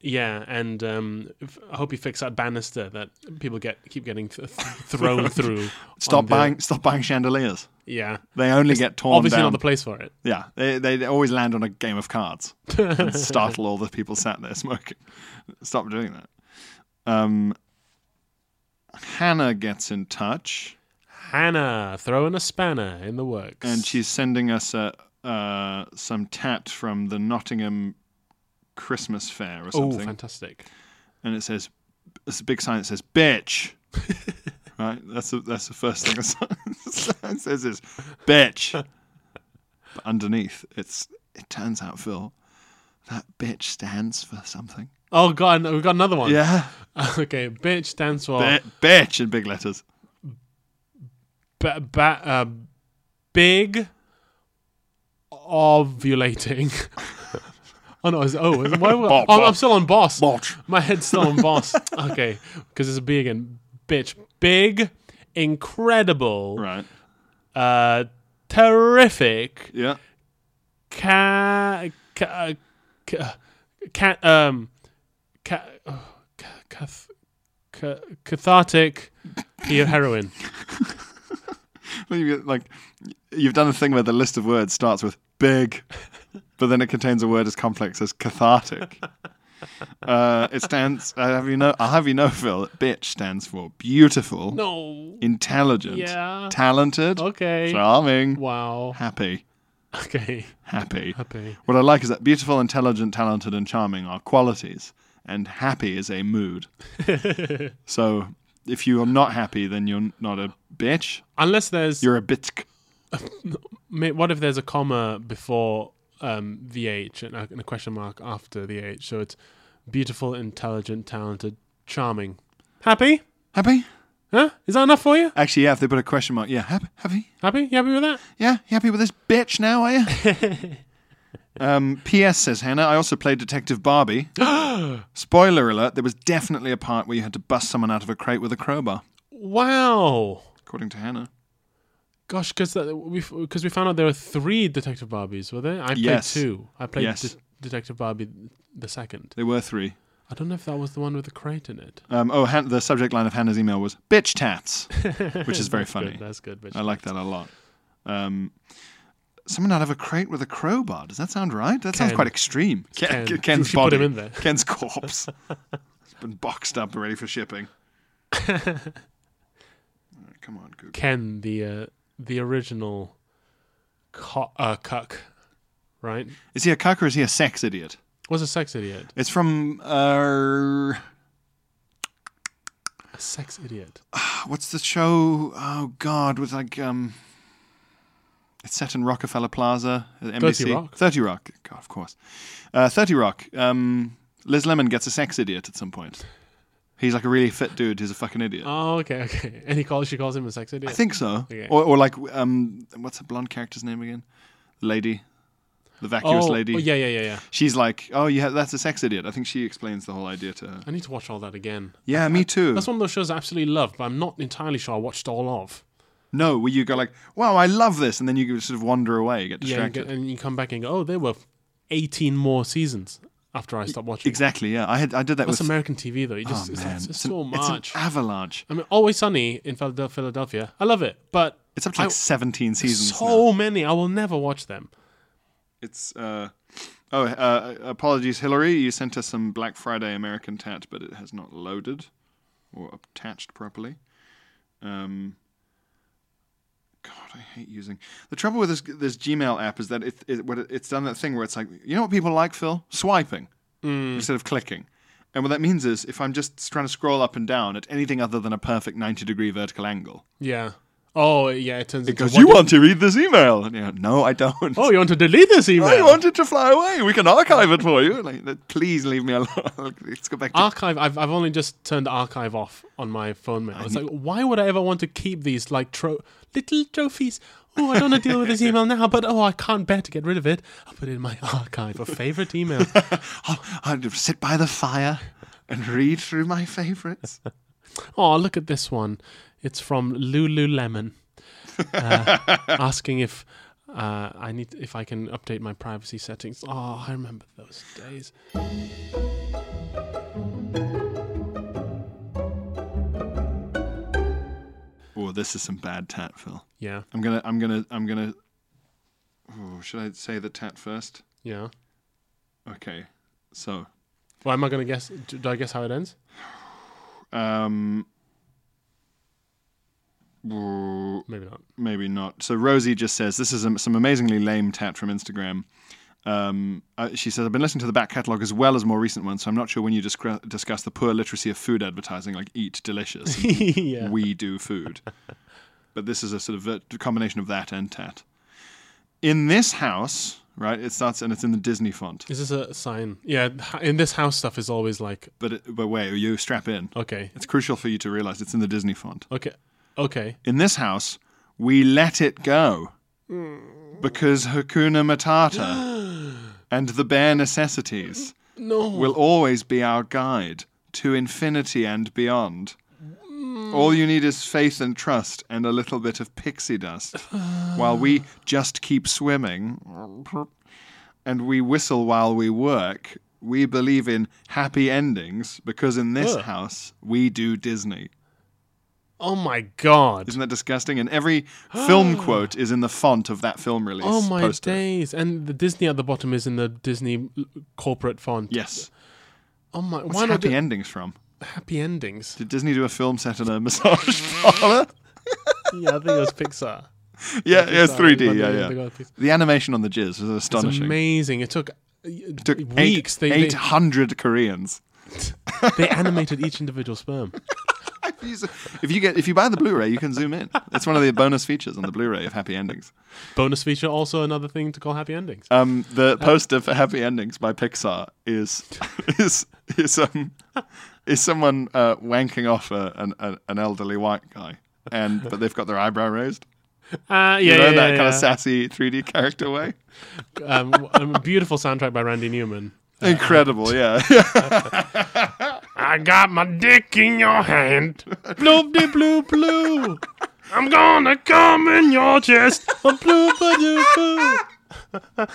S2: yeah, and um, f- I hope you fix that banister that people get keep getting th- th- thrown through.
S1: Stop
S2: on the-
S1: buying. Stop buying chandeliers.
S2: yeah,
S1: They only get torn
S2: obviously
S1: down.
S2: not the place for it.
S1: yeah, they, they always land on a game of cards and startle all the people sat there smoking. Stop doing that. Um, Hannah gets in touch.
S2: Hannah throwing a spanner in the works,
S1: and she's sending us a, uh, some tat from the Nottingham Christmas fair or
S2: oh,
S1: something,
S2: fantastic!
S1: and it says it's a big sign that says "bitch." right, that's the that's the first thing the sign it says is "bitch." But underneath, it's it turns out Phil that bitch stands for something.
S2: Oh god, no, we've got another one.
S1: Yeah,
S2: okay, bitch stands for
S1: Bi- bitch in big letters.
S2: ba- ba- uh, big ovulating. oh no, is, oh, is, why,
S1: Bob,
S2: I'm,
S1: Bob.
S2: I'm still on boss.
S1: Botch.
S2: My head's still on boss. okay, because it's a B again. Bitch, big, incredible,
S1: Right.
S2: uh, terrific,
S1: Yeah.
S2: ca, ca, ca, ca um, ca, oh, ca, cath, ca, cathartic, he- heroin.
S1: Well, you- Like you've done a thing where the list of words starts with big, but then it contains a word as complex as cathartic. Uh, it stands. I have you know. I have you know, Phil. That bitch stands for beautiful,
S2: No.
S1: intelligent,
S2: Yeah.
S1: talented,
S2: Okay.
S1: charming,
S2: Wow.
S1: happy,
S2: Okay.
S1: happy,
S2: Happy.
S1: What I like is that beautiful, intelligent, talented, and charming are qualities, and happy is a mood. so if you are not happy, then you're not a bitch.
S2: Unless there's
S1: You're a bitch.
S2: Ma- what if there's a comma before um, the H and a, and a question mark after the H? So it's beautiful, intelligent, talented, charming, happy.
S1: Happy.
S2: Huh? Is that enough for you?
S1: Actually, yeah, if they put a question mark, yeah, happy, happy,
S2: Happy? You happy with that?
S1: yeah, you happy with this bitch now, are you? um, P.S. says Hannah, I also played Detective Barbie. Spoiler alert: there was definitely a part where you had to bust someone out of a crate with a crowbar,
S2: Wow.
S1: according to Hannah.
S2: Gosh, because we because we found out there were three Detective Barbies, were there? I played
S1: Yes.
S2: two. I played
S1: Yes.
S2: De- Detective Barbie the second.
S1: There were three.
S2: I don't know if that was the one with the crate in it.
S1: Um, oh, Han- the subject line of Hannah's email was "bitch tats," which is very funny.
S2: Good, that's good. But
S1: I like that a lot. Um, someone out of a crate with a crowbar. Does that sound right? That sounds
S2: Ken.
S1: quite extreme.
S2: Ken.
S1: Ken- Ken's
S2: She put
S1: body.
S2: him in there.
S1: Ken's corpse. it's been boxed up and ready for shipping. Alright, Come on, Google.
S2: Ken, the uh, the original co- uh, cuck, right?
S1: Is he a cuck or is he a sex idiot?
S2: Was a sex idiot.
S1: It's from uh,
S2: A sex idiot.
S1: what's the show? Oh God, was like um, it's set in Rockefeller Plaza, uh, at NBC.
S2: 30 Rock.
S1: Thirty Rock, God, of course. Uh, Thirty Rock. Um, Liz Lemon gets a sex idiot at some point. He's like a really fit dude who's a fucking idiot.
S2: Oh, okay, okay. And he calls. She calls him a sex idiot.
S1: I think so.
S2: Okay.
S1: Or, or like um, what's the blonde character's name again? The lady, the vacuous
S2: oh,
S1: lady.
S2: Oh, yeah, yeah, yeah, yeah.
S1: She's like, oh yeah, that's a sex idiot. I think she explains the whole idea to her.
S2: I need to watch all that again.
S1: Yeah, me too.
S2: That's one of those shows I absolutely love, but I'm not entirely sure I watched all of.
S1: No, where you go like, wow, I love this, and then you sort of wander away, get
S2: Yeah, and,
S1: distracted.
S2: get, and you come back and go, oh, there were 18 more seasons after I stopped watching.
S1: Exactly. Yeah, I had I did that
S2: That's
S1: with.
S2: American TV though. You
S1: Oh
S2: just, it's,
S1: man,
S2: it's
S1: it's
S2: so
S1: an,
S2: much.
S1: It's an avalanche.
S2: I mean, Always Sunny in Philad- Philadelphia. I love it, but
S1: It's up to like
S2: I-
S1: seventeen seasons. now.
S2: so many. I will never watch them.
S1: It's uh, oh, uh, apologies, Hillary. You sent us some Black Friday American tat, but it has not loaded or attached properly. Um, God, I hate using the trouble with this this Gmail app is that it, it what it, it's done that thing where it's like you know what people like, Phil, swiping instead of clicking. And what that means is, if I'm just trying to scroll up and down at anything other than a perfect 90 degree vertical angle,
S2: Yeah. Oh, yeah. It turns
S1: because
S2: into
S1: you
S2: what-
S1: want to read this email. And, you know, no, I don't.
S2: Oh, you want to delete this email?
S1: I want it to fly away. We can archive it for you. Like, th- please leave me alone. Let's go back to.
S2: archive. I've I've only just turned archive off on my phone. Man, I was like, why would I ever want to keep these like tro- little trophies? oh, I don't want to deal with this email now, but oh, I can't bear to get rid of it. I'll put it in my archive of favorite emails.
S1: I'd sit by the fire and read through my favourites.
S2: oh, look at this one. It's from Lululemon, uh, asking if uh, I need if I can update my privacy settings. Oh, I remember those days.
S1: oh, this is some bad tat, Phil.
S2: Yeah,
S1: I'm gonna, I'm gonna, I'm gonna. Oh, should I say the tat first?
S2: yeah.
S1: Okay, so
S2: Well, am I going to guess? Do, do I guess how it ends?
S1: um, oh,
S2: Maybe not.
S1: maybe not. So Rosie just says this is um, some amazingly lame tat from Instagram. Um, uh, she says I've been listening to the back catalogue as well as more recent ones, so I'm not sure when you discre- discuss the poor literacy of food advertising, like Eat Delicious, and
S2: yeah.
S1: We Do Food. but this is a sort of a combination of that and tat. In this house, right? It starts and it's in the Disney font.
S2: Is this a sign? Yeah. h- In this house, stuff is always like
S1: But it, but wait, you strap in.
S2: okay,
S1: It's crucial for you to realize it's in the Disney font.
S2: okay, okay.
S1: in this house, we let it go because Hakuna Matata and the bare necessities will always be our guide to infinity and beyond. All you need is faith and trust and a little bit of pixie dust while we just keep swimming and we whistle while we work. We believe in happy endings because in this
S2: Ugh.
S1: house we do Disney.
S2: Oh my god.
S1: Isn't that disgusting? And every film quote is in the font of that film release.
S2: Oh my
S1: poster.
S2: days! And the Disney at the bottom is in the Disney l- corporate font.
S1: Yes.
S2: Oh my!
S1: What's
S2: why not
S1: happy
S2: do-
S1: endings from?
S2: happy endings?
S1: Did Disney do a film set in a massage parlor?
S2: yeah, I think it was Pixar.
S1: yeah, yeah, it's 3D.
S2: Pixar, but they-
S1: Yeah,
S2: they
S1: yeah.
S2: got Pix-
S1: The animation on the jizz was
S2: It's
S1: astonishing.
S2: amazing. It took, uh,
S1: It took
S2: weeks.
S1: eight-
S2: they, they-
S1: 800 Koreans.
S2: they animated each individual sperm.
S1: If you get if you buy the Blu-ray, you can zoom in. It's one of the bonus features on the Blu-ray of Happy Endings.
S2: Bonus feature, also another thing to call happy endings.
S1: Um,
S2: Uh,
S1: the poster for Happy Endings by Pixar is is is um is someone uh, wanking off a, an a, an elderly white guy, and but they've got their eyebrow raised.
S2: Uh, yeah,
S1: You know
S2: yeah,
S1: that
S2: yeah,
S1: kind of
S2: yeah.
S1: sassy 3D character way.
S2: um, w- um, beautiful soundtrack by Randy Newman.
S1: Incredible, yeah.
S2: I got my dick in your hand. Bloop de blue blue. I'm gonna come in your chest. Bloop a doo blue.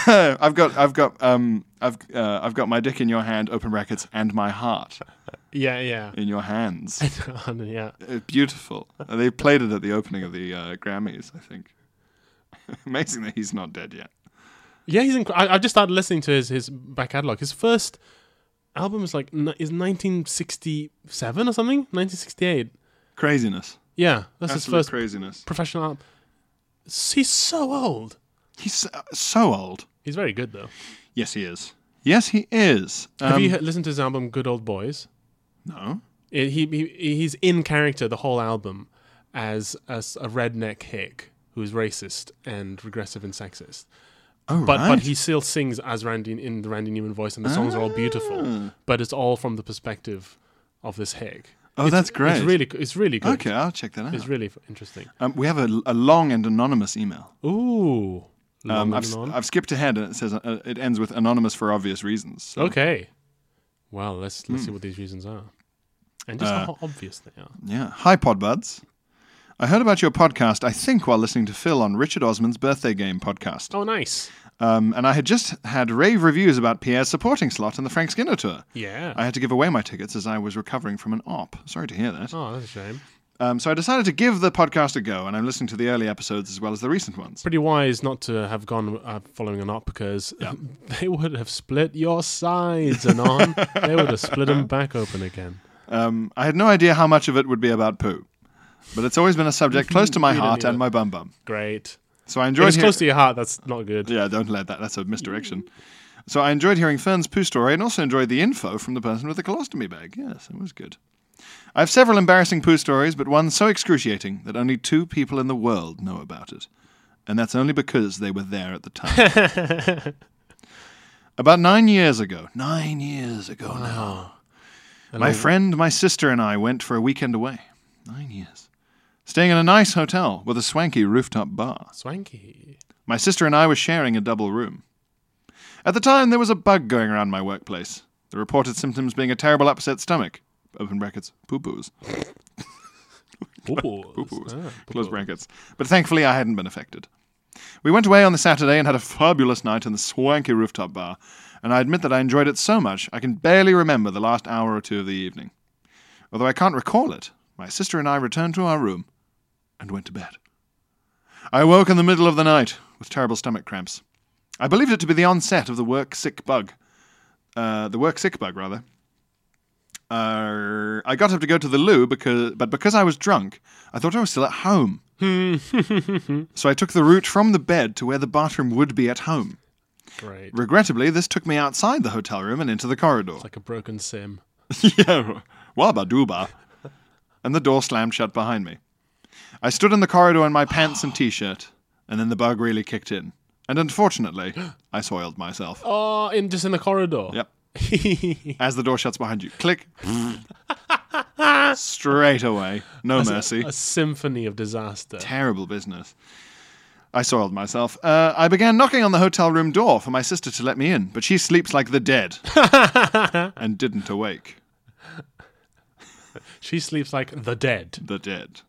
S1: I've got I've got um I've uh, I've got my dick in your hand, open brackets, and my heart
S2: Yeah, yeah.
S1: in your hands.
S2: yeah.
S1: Uh, beautiful. Uh, They played it at the opening of the uh, Grammys, I think. Amazing that he's not dead yet.
S2: Yeah, he's. Inc- I, I just started listening to his his back catalog. His first album is like n- is 1967 or something, 1968.
S1: Craziness.
S2: Yeah, that's
S1: Absolute
S2: his first
S1: craziness.
S2: professional album. S- He's so old.
S1: He's so- so old.
S2: He's very good though.
S1: Yes, he is. Yes, he is. Um,
S2: Have you he- listened to his album Good Old Boys?
S1: no.
S2: It, he, he he's in character the whole album as as a redneck hick who is racist and regressive and sexist.
S1: Oh,
S2: But
S1: right.
S2: but he still sings as Randy in the Randy Newman voice, and the songs are all
S1: Ah.
S2: beautiful. But it's all from the perspective of this hick.
S1: Oh, that's great.
S2: It's really it's really good.
S1: okay. I'll check that out.
S2: It's really f- interesting.
S1: um, we have a, a long and anonymous email.
S2: Ooh. Long
S1: Um, I've,
S2: and
S1: s-
S2: on.
S1: I've skipped ahead and it says uh, it ends with anonymous for obvious reasons. So
S2: okay. Well, let's
S1: Hmm.
S2: let's see what these reasons are, and just
S1: Uh.
S2: how obvious they are.
S1: Yeah. Hi, Podbuds. I heard about your podcast, I think, while listening to Phil on Richard Osman's Birthday Game podcast.
S2: Oh, nice.
S1: Um, and I had just had rave reviews about Pierre's supporting slot in the Frank Skinner tour.
S2: Yeah.
S1: I had to give away my tickets as I was recovering from an op. Sorry to hear that.
S2: oh, that's a shame.
S1: Um, so I decided to give the podcast a go, and I'm listening to the early episodes as well as the recent ones.
S2: pretty wise not to have gone uh, following an up because they would have split your sides and on they would have split them back open again.
S1: Um, I had no idea how much of it would be about poo, but it's always been a subject close to my
S2: You don't
S1: heart
S2: need
S1: and
S2: it.
S1: my bum bum.
S2: Great.
S1: So I
S2: If
S1: enjoyed
S2: it's
S1: hear-
S2: close to your heart. That's not good.
S1: Yeah, don't let that. That's a misdirection. So I enjoyed hearing Fern's poo story and also enjoyed the info from the person with the colostomy bag. Yes, it was good. I have several embarrassing poo stories, but one so excruciating that only two people in the world know about it. And that's only because they were there at the time. About nine years ago, nine years ago now, my friend, my sister, and I went for a weekend away. Nine years. Staying in a nice hotel with a swanky rooftop bar.
S2: Swanky.
S1: My sister and I were sharing a double room. At the time, there was a bug going around my workplace. The reported symptoms being a terrible upset stomach, open brackets, poo poos,
S2: Poo-poos.
S1: poos,
S2: Ah,
S1: close brackets. But thankfully, I hadn't been affected. We went away on the Saturday and had a fabulous night in the swanky rooftop bar, and I admit that I enjoyed it so much I can barely remember the last hour or two of the evening. Although I can't recall it, my sister and I returned to our room and went to bed. I woke in the middle of the night with terrible stomach cramps. I believed it to be the onset of the work sick bug. Uh, the work sick bug, rather. Uh, I got up to go to the loo, because, but because I was drunk, I thought I was still at home.
S2: Hmm.
S1: so I took the route from the bed to where the bathroom would be at home.
S2: Great.
S1: Regrettably, this took me outside the hotel room and into the corridor.
S2: It's like a broken sim.
S1: yeah, wabba dooba. And the door slammed shut behind me. I stood in the corridor in my pants and t shirt, and then the bug really kicked in. And unfortunately, I soiled myself.
S2: Oh, in just in the corridor.
S1: Yep. As the door shuts behind you, click. Straight away. No mercy.
S2: A symphony of disaster.
S1: Terrible business. I soiled myself. Uh, I began knocking on the hotel room door for my sister to let me in, but she sleeps like the dead and didn't awake.
S2: She sleeps like the dead.
S1: the dead.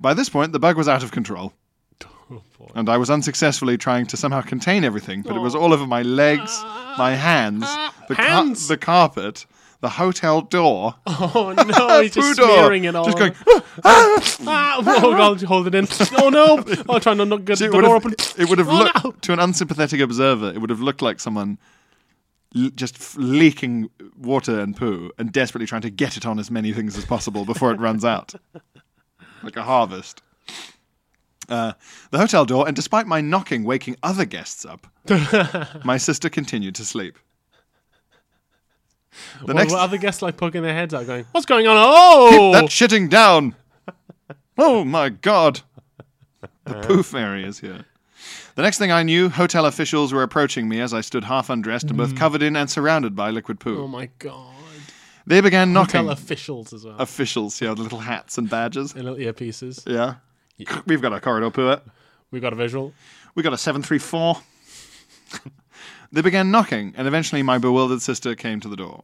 S1: By this point, the bug was out of control,
S2: Oh, boy.
S1: and I was unsuccessfully trying to somehow contain everything, but it was all over my legs, my hands, the, ca-
S2: Hands!
S1: the carpet, the hotel door.
S2: Oh, no, he's just
S1: Poo door.
S2: smearing it all.
S1: Just going,
S2: ah, oh god, hold it in. Oh no! Oh, trying to not get
S1: it
S2: the
S1: would
S2: door
S1: have,
S2: open.
S1: it would have
S2: Oh,
S1: looked,
S2: no.
S1: to an unsympathetic observer, it would have looked like someone l- just f- leaking water and poo and desperately trying to get it on as many things as possible before it runs out. Like a harvest. Uh, the hotel door, and despite my knocking, waking other guests up, my sister continued to sleep. The
S2: The
S1: next,
S2: other guests like poking their heads out, going, "What's going on?" Oh,
S1: that shitting down. Oh my god. The poo fairy is here. The next thing I knew, hotel officials were approaching me as I stood half undressed and
S2: Mm.
S1: both covered in and surrounded by liquid
S2: oh
S1: poo.
S2: my god!
S1: They began knocking.
S2: Hotel officials as well.
S1: officials, yeah, the little hats and badges.
S2: Their little earpieces.
S1: Yeah. We've got a corridor poo. it.
S2: We got a visual.
S1: We got a 734. they began knocking, and eventually my bewildered sister came to the door.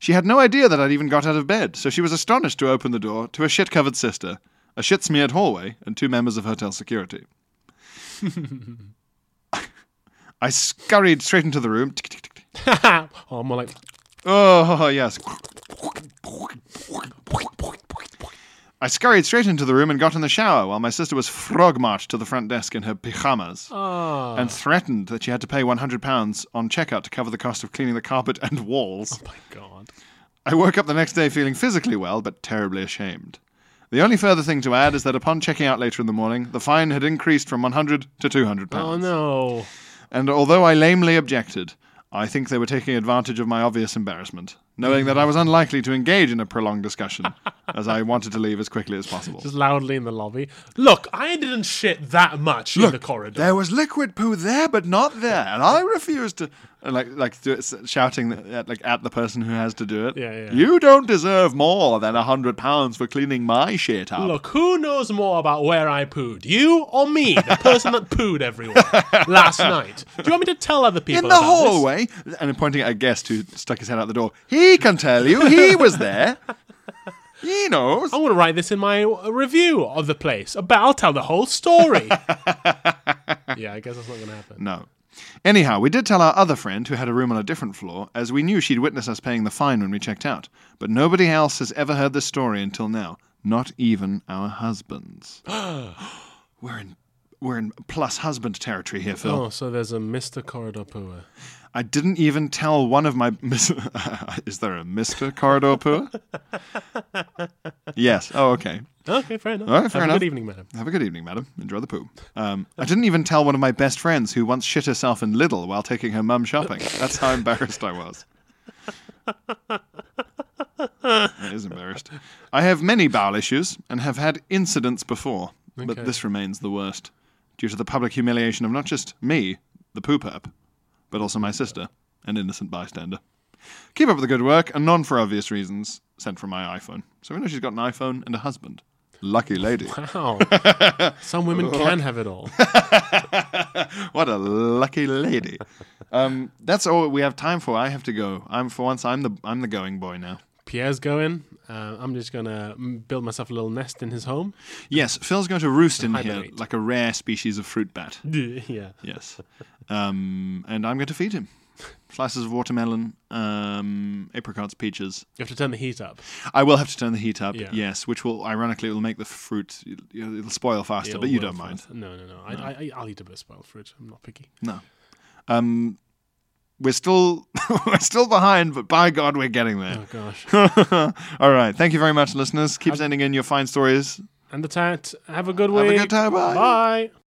S1: She had no idea that I'd even got out of bed, so she was astonished to open the door to a shit covered sister, a shit smeared hallway, and two members of hotel security. I scurried straight into the room. Tick, tick, tick, tick.
S2: oh, I'm like,
S1: Oh, yes. I scurried straight into the room and got in the shower while my sister was frog marched to the front desk in her pyjamas
S2: Ah.
S1: and threatened that she had to pay £100 on checkout to cover the cost of cleaning the carpet and walls.
S2: Oh my god.
S1: I woke up the next day feeling physically well but terribly ashamed. The only further thing to add is that upon checking out later in the morning, the fine had increased from 100 to 200 pounds.
S2: Oh no!
S1: And although I lamely objected, I think they were taking advantage of my obvious embarrassment, knowing that I was unlikely to engage in a prolonged discussion, as I wanted to leave as quickly as possible.
S2: Just loudly in the lobby. Look, I didn't shit that much in the corridor.
S1: There was liquid poo there, but not there, and I refused to. And like, like do it, shouting at, like at the person who has to do it.
S2: Yeah, yeah.
S1: You don't deserve more than a hundred pounds for cleaning my shit up.
S2: Look, who knows more about where I pooed? You or me, the person that pooed everyone last night? Do you want me to tell other people?
S1: in the
S2: about this?
S1: hallway, and pointing at a guest who stuck his head out the door. He can tell you. He was there. He knows.
S2: I'm going to write this in my uh, review of the place. About I'll tell the whole story. yeah, I guess that's not going to happen.
S1: No. Anyhow, we did tell our other friend who had a room on a different floor, as we knew she'd witnessed us paying the fine when we checked out. But nobody else has ever heard this story until now, not even our husbands. we're in we're in plus husband territory here, Phil.
S2: Oh, so there's a Mr. Corridor Pooer.
S1: I didn't even tell one of my. Mis- Is there a Mister Corridor Poo? yes. Oh, okay.
S2: Okay, fair enough.
S1: All right,
S2: Have
S1: fair
S2: a
S1: enough.
S2: Good evening, madam.
S1: Have a good evening, madam. Enjoy the poo. Um, I didn't even tell one of my best friends who once shit herself in Lidl while taking her mum shopping. That's how embarrassed I was. That is embarrassed. I have many bowel issues and have had incidents before, but
S2: Okay.
S1: this remains the worst due to the public humiliation of not just me, the poo perp, but also my sister, an innocent bystander. Keep up the good work, and none for obvious reasons sent from my iPhone. So we know she's got an iPhone and a husband.
S6: Lucky lady.
S2: Wow. Some women can have it all.
S6: what a lucky lady. Um, that's all we have time for. I have to go. I'm for once. I'm the I'm the going boy now.
S2: Pierre's going. Uh, I'm just going to build myself a little nest in his home.
S1: Yes, Phil's going to roost in here
S2: Hibernate.
S1: like a rare species of fruit bat.
S2: yeah.
S1: Yes. Um, and I'm going to feed him slices of watermelon, um, apricots, peaches.
S2: You have to turn the heat up.
S1: I will have to turn the heat up.
S2: Yeah.
S1: Yes, which will ironically it will make the fruit it'll spoil faster,
S2: It'll
S1: but you
S2: work
S1: don't mind.
S2: fast. No, no, no. I, I, I'll eat a bit of spoiled fruit. I'm not picky.
S1: No. Um, we're still we're still behind, but by God, we're getting there.
S2: Oh, gosh.
S1: All right. Thank you very much, listeners. Keep sending in your fine stories.
S2: And the tat. Have a good
S1: Have a
S2: week.
S1: good time. Bye.
S2: Bye.